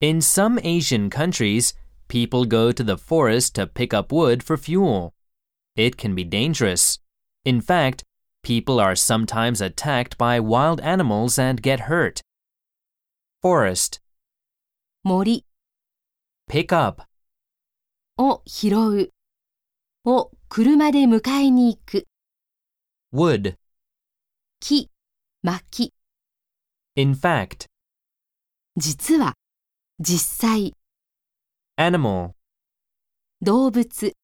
In some Asian countries, people go to the forest to pick up wood for fuel. It can be dangerous. In fact, people are sometimes attacked by wild animals and get hurt. Forest, 森 pick up, を拾うを車で迎えに行く wood, 木薪 in fact, 実は実際 animal. 動物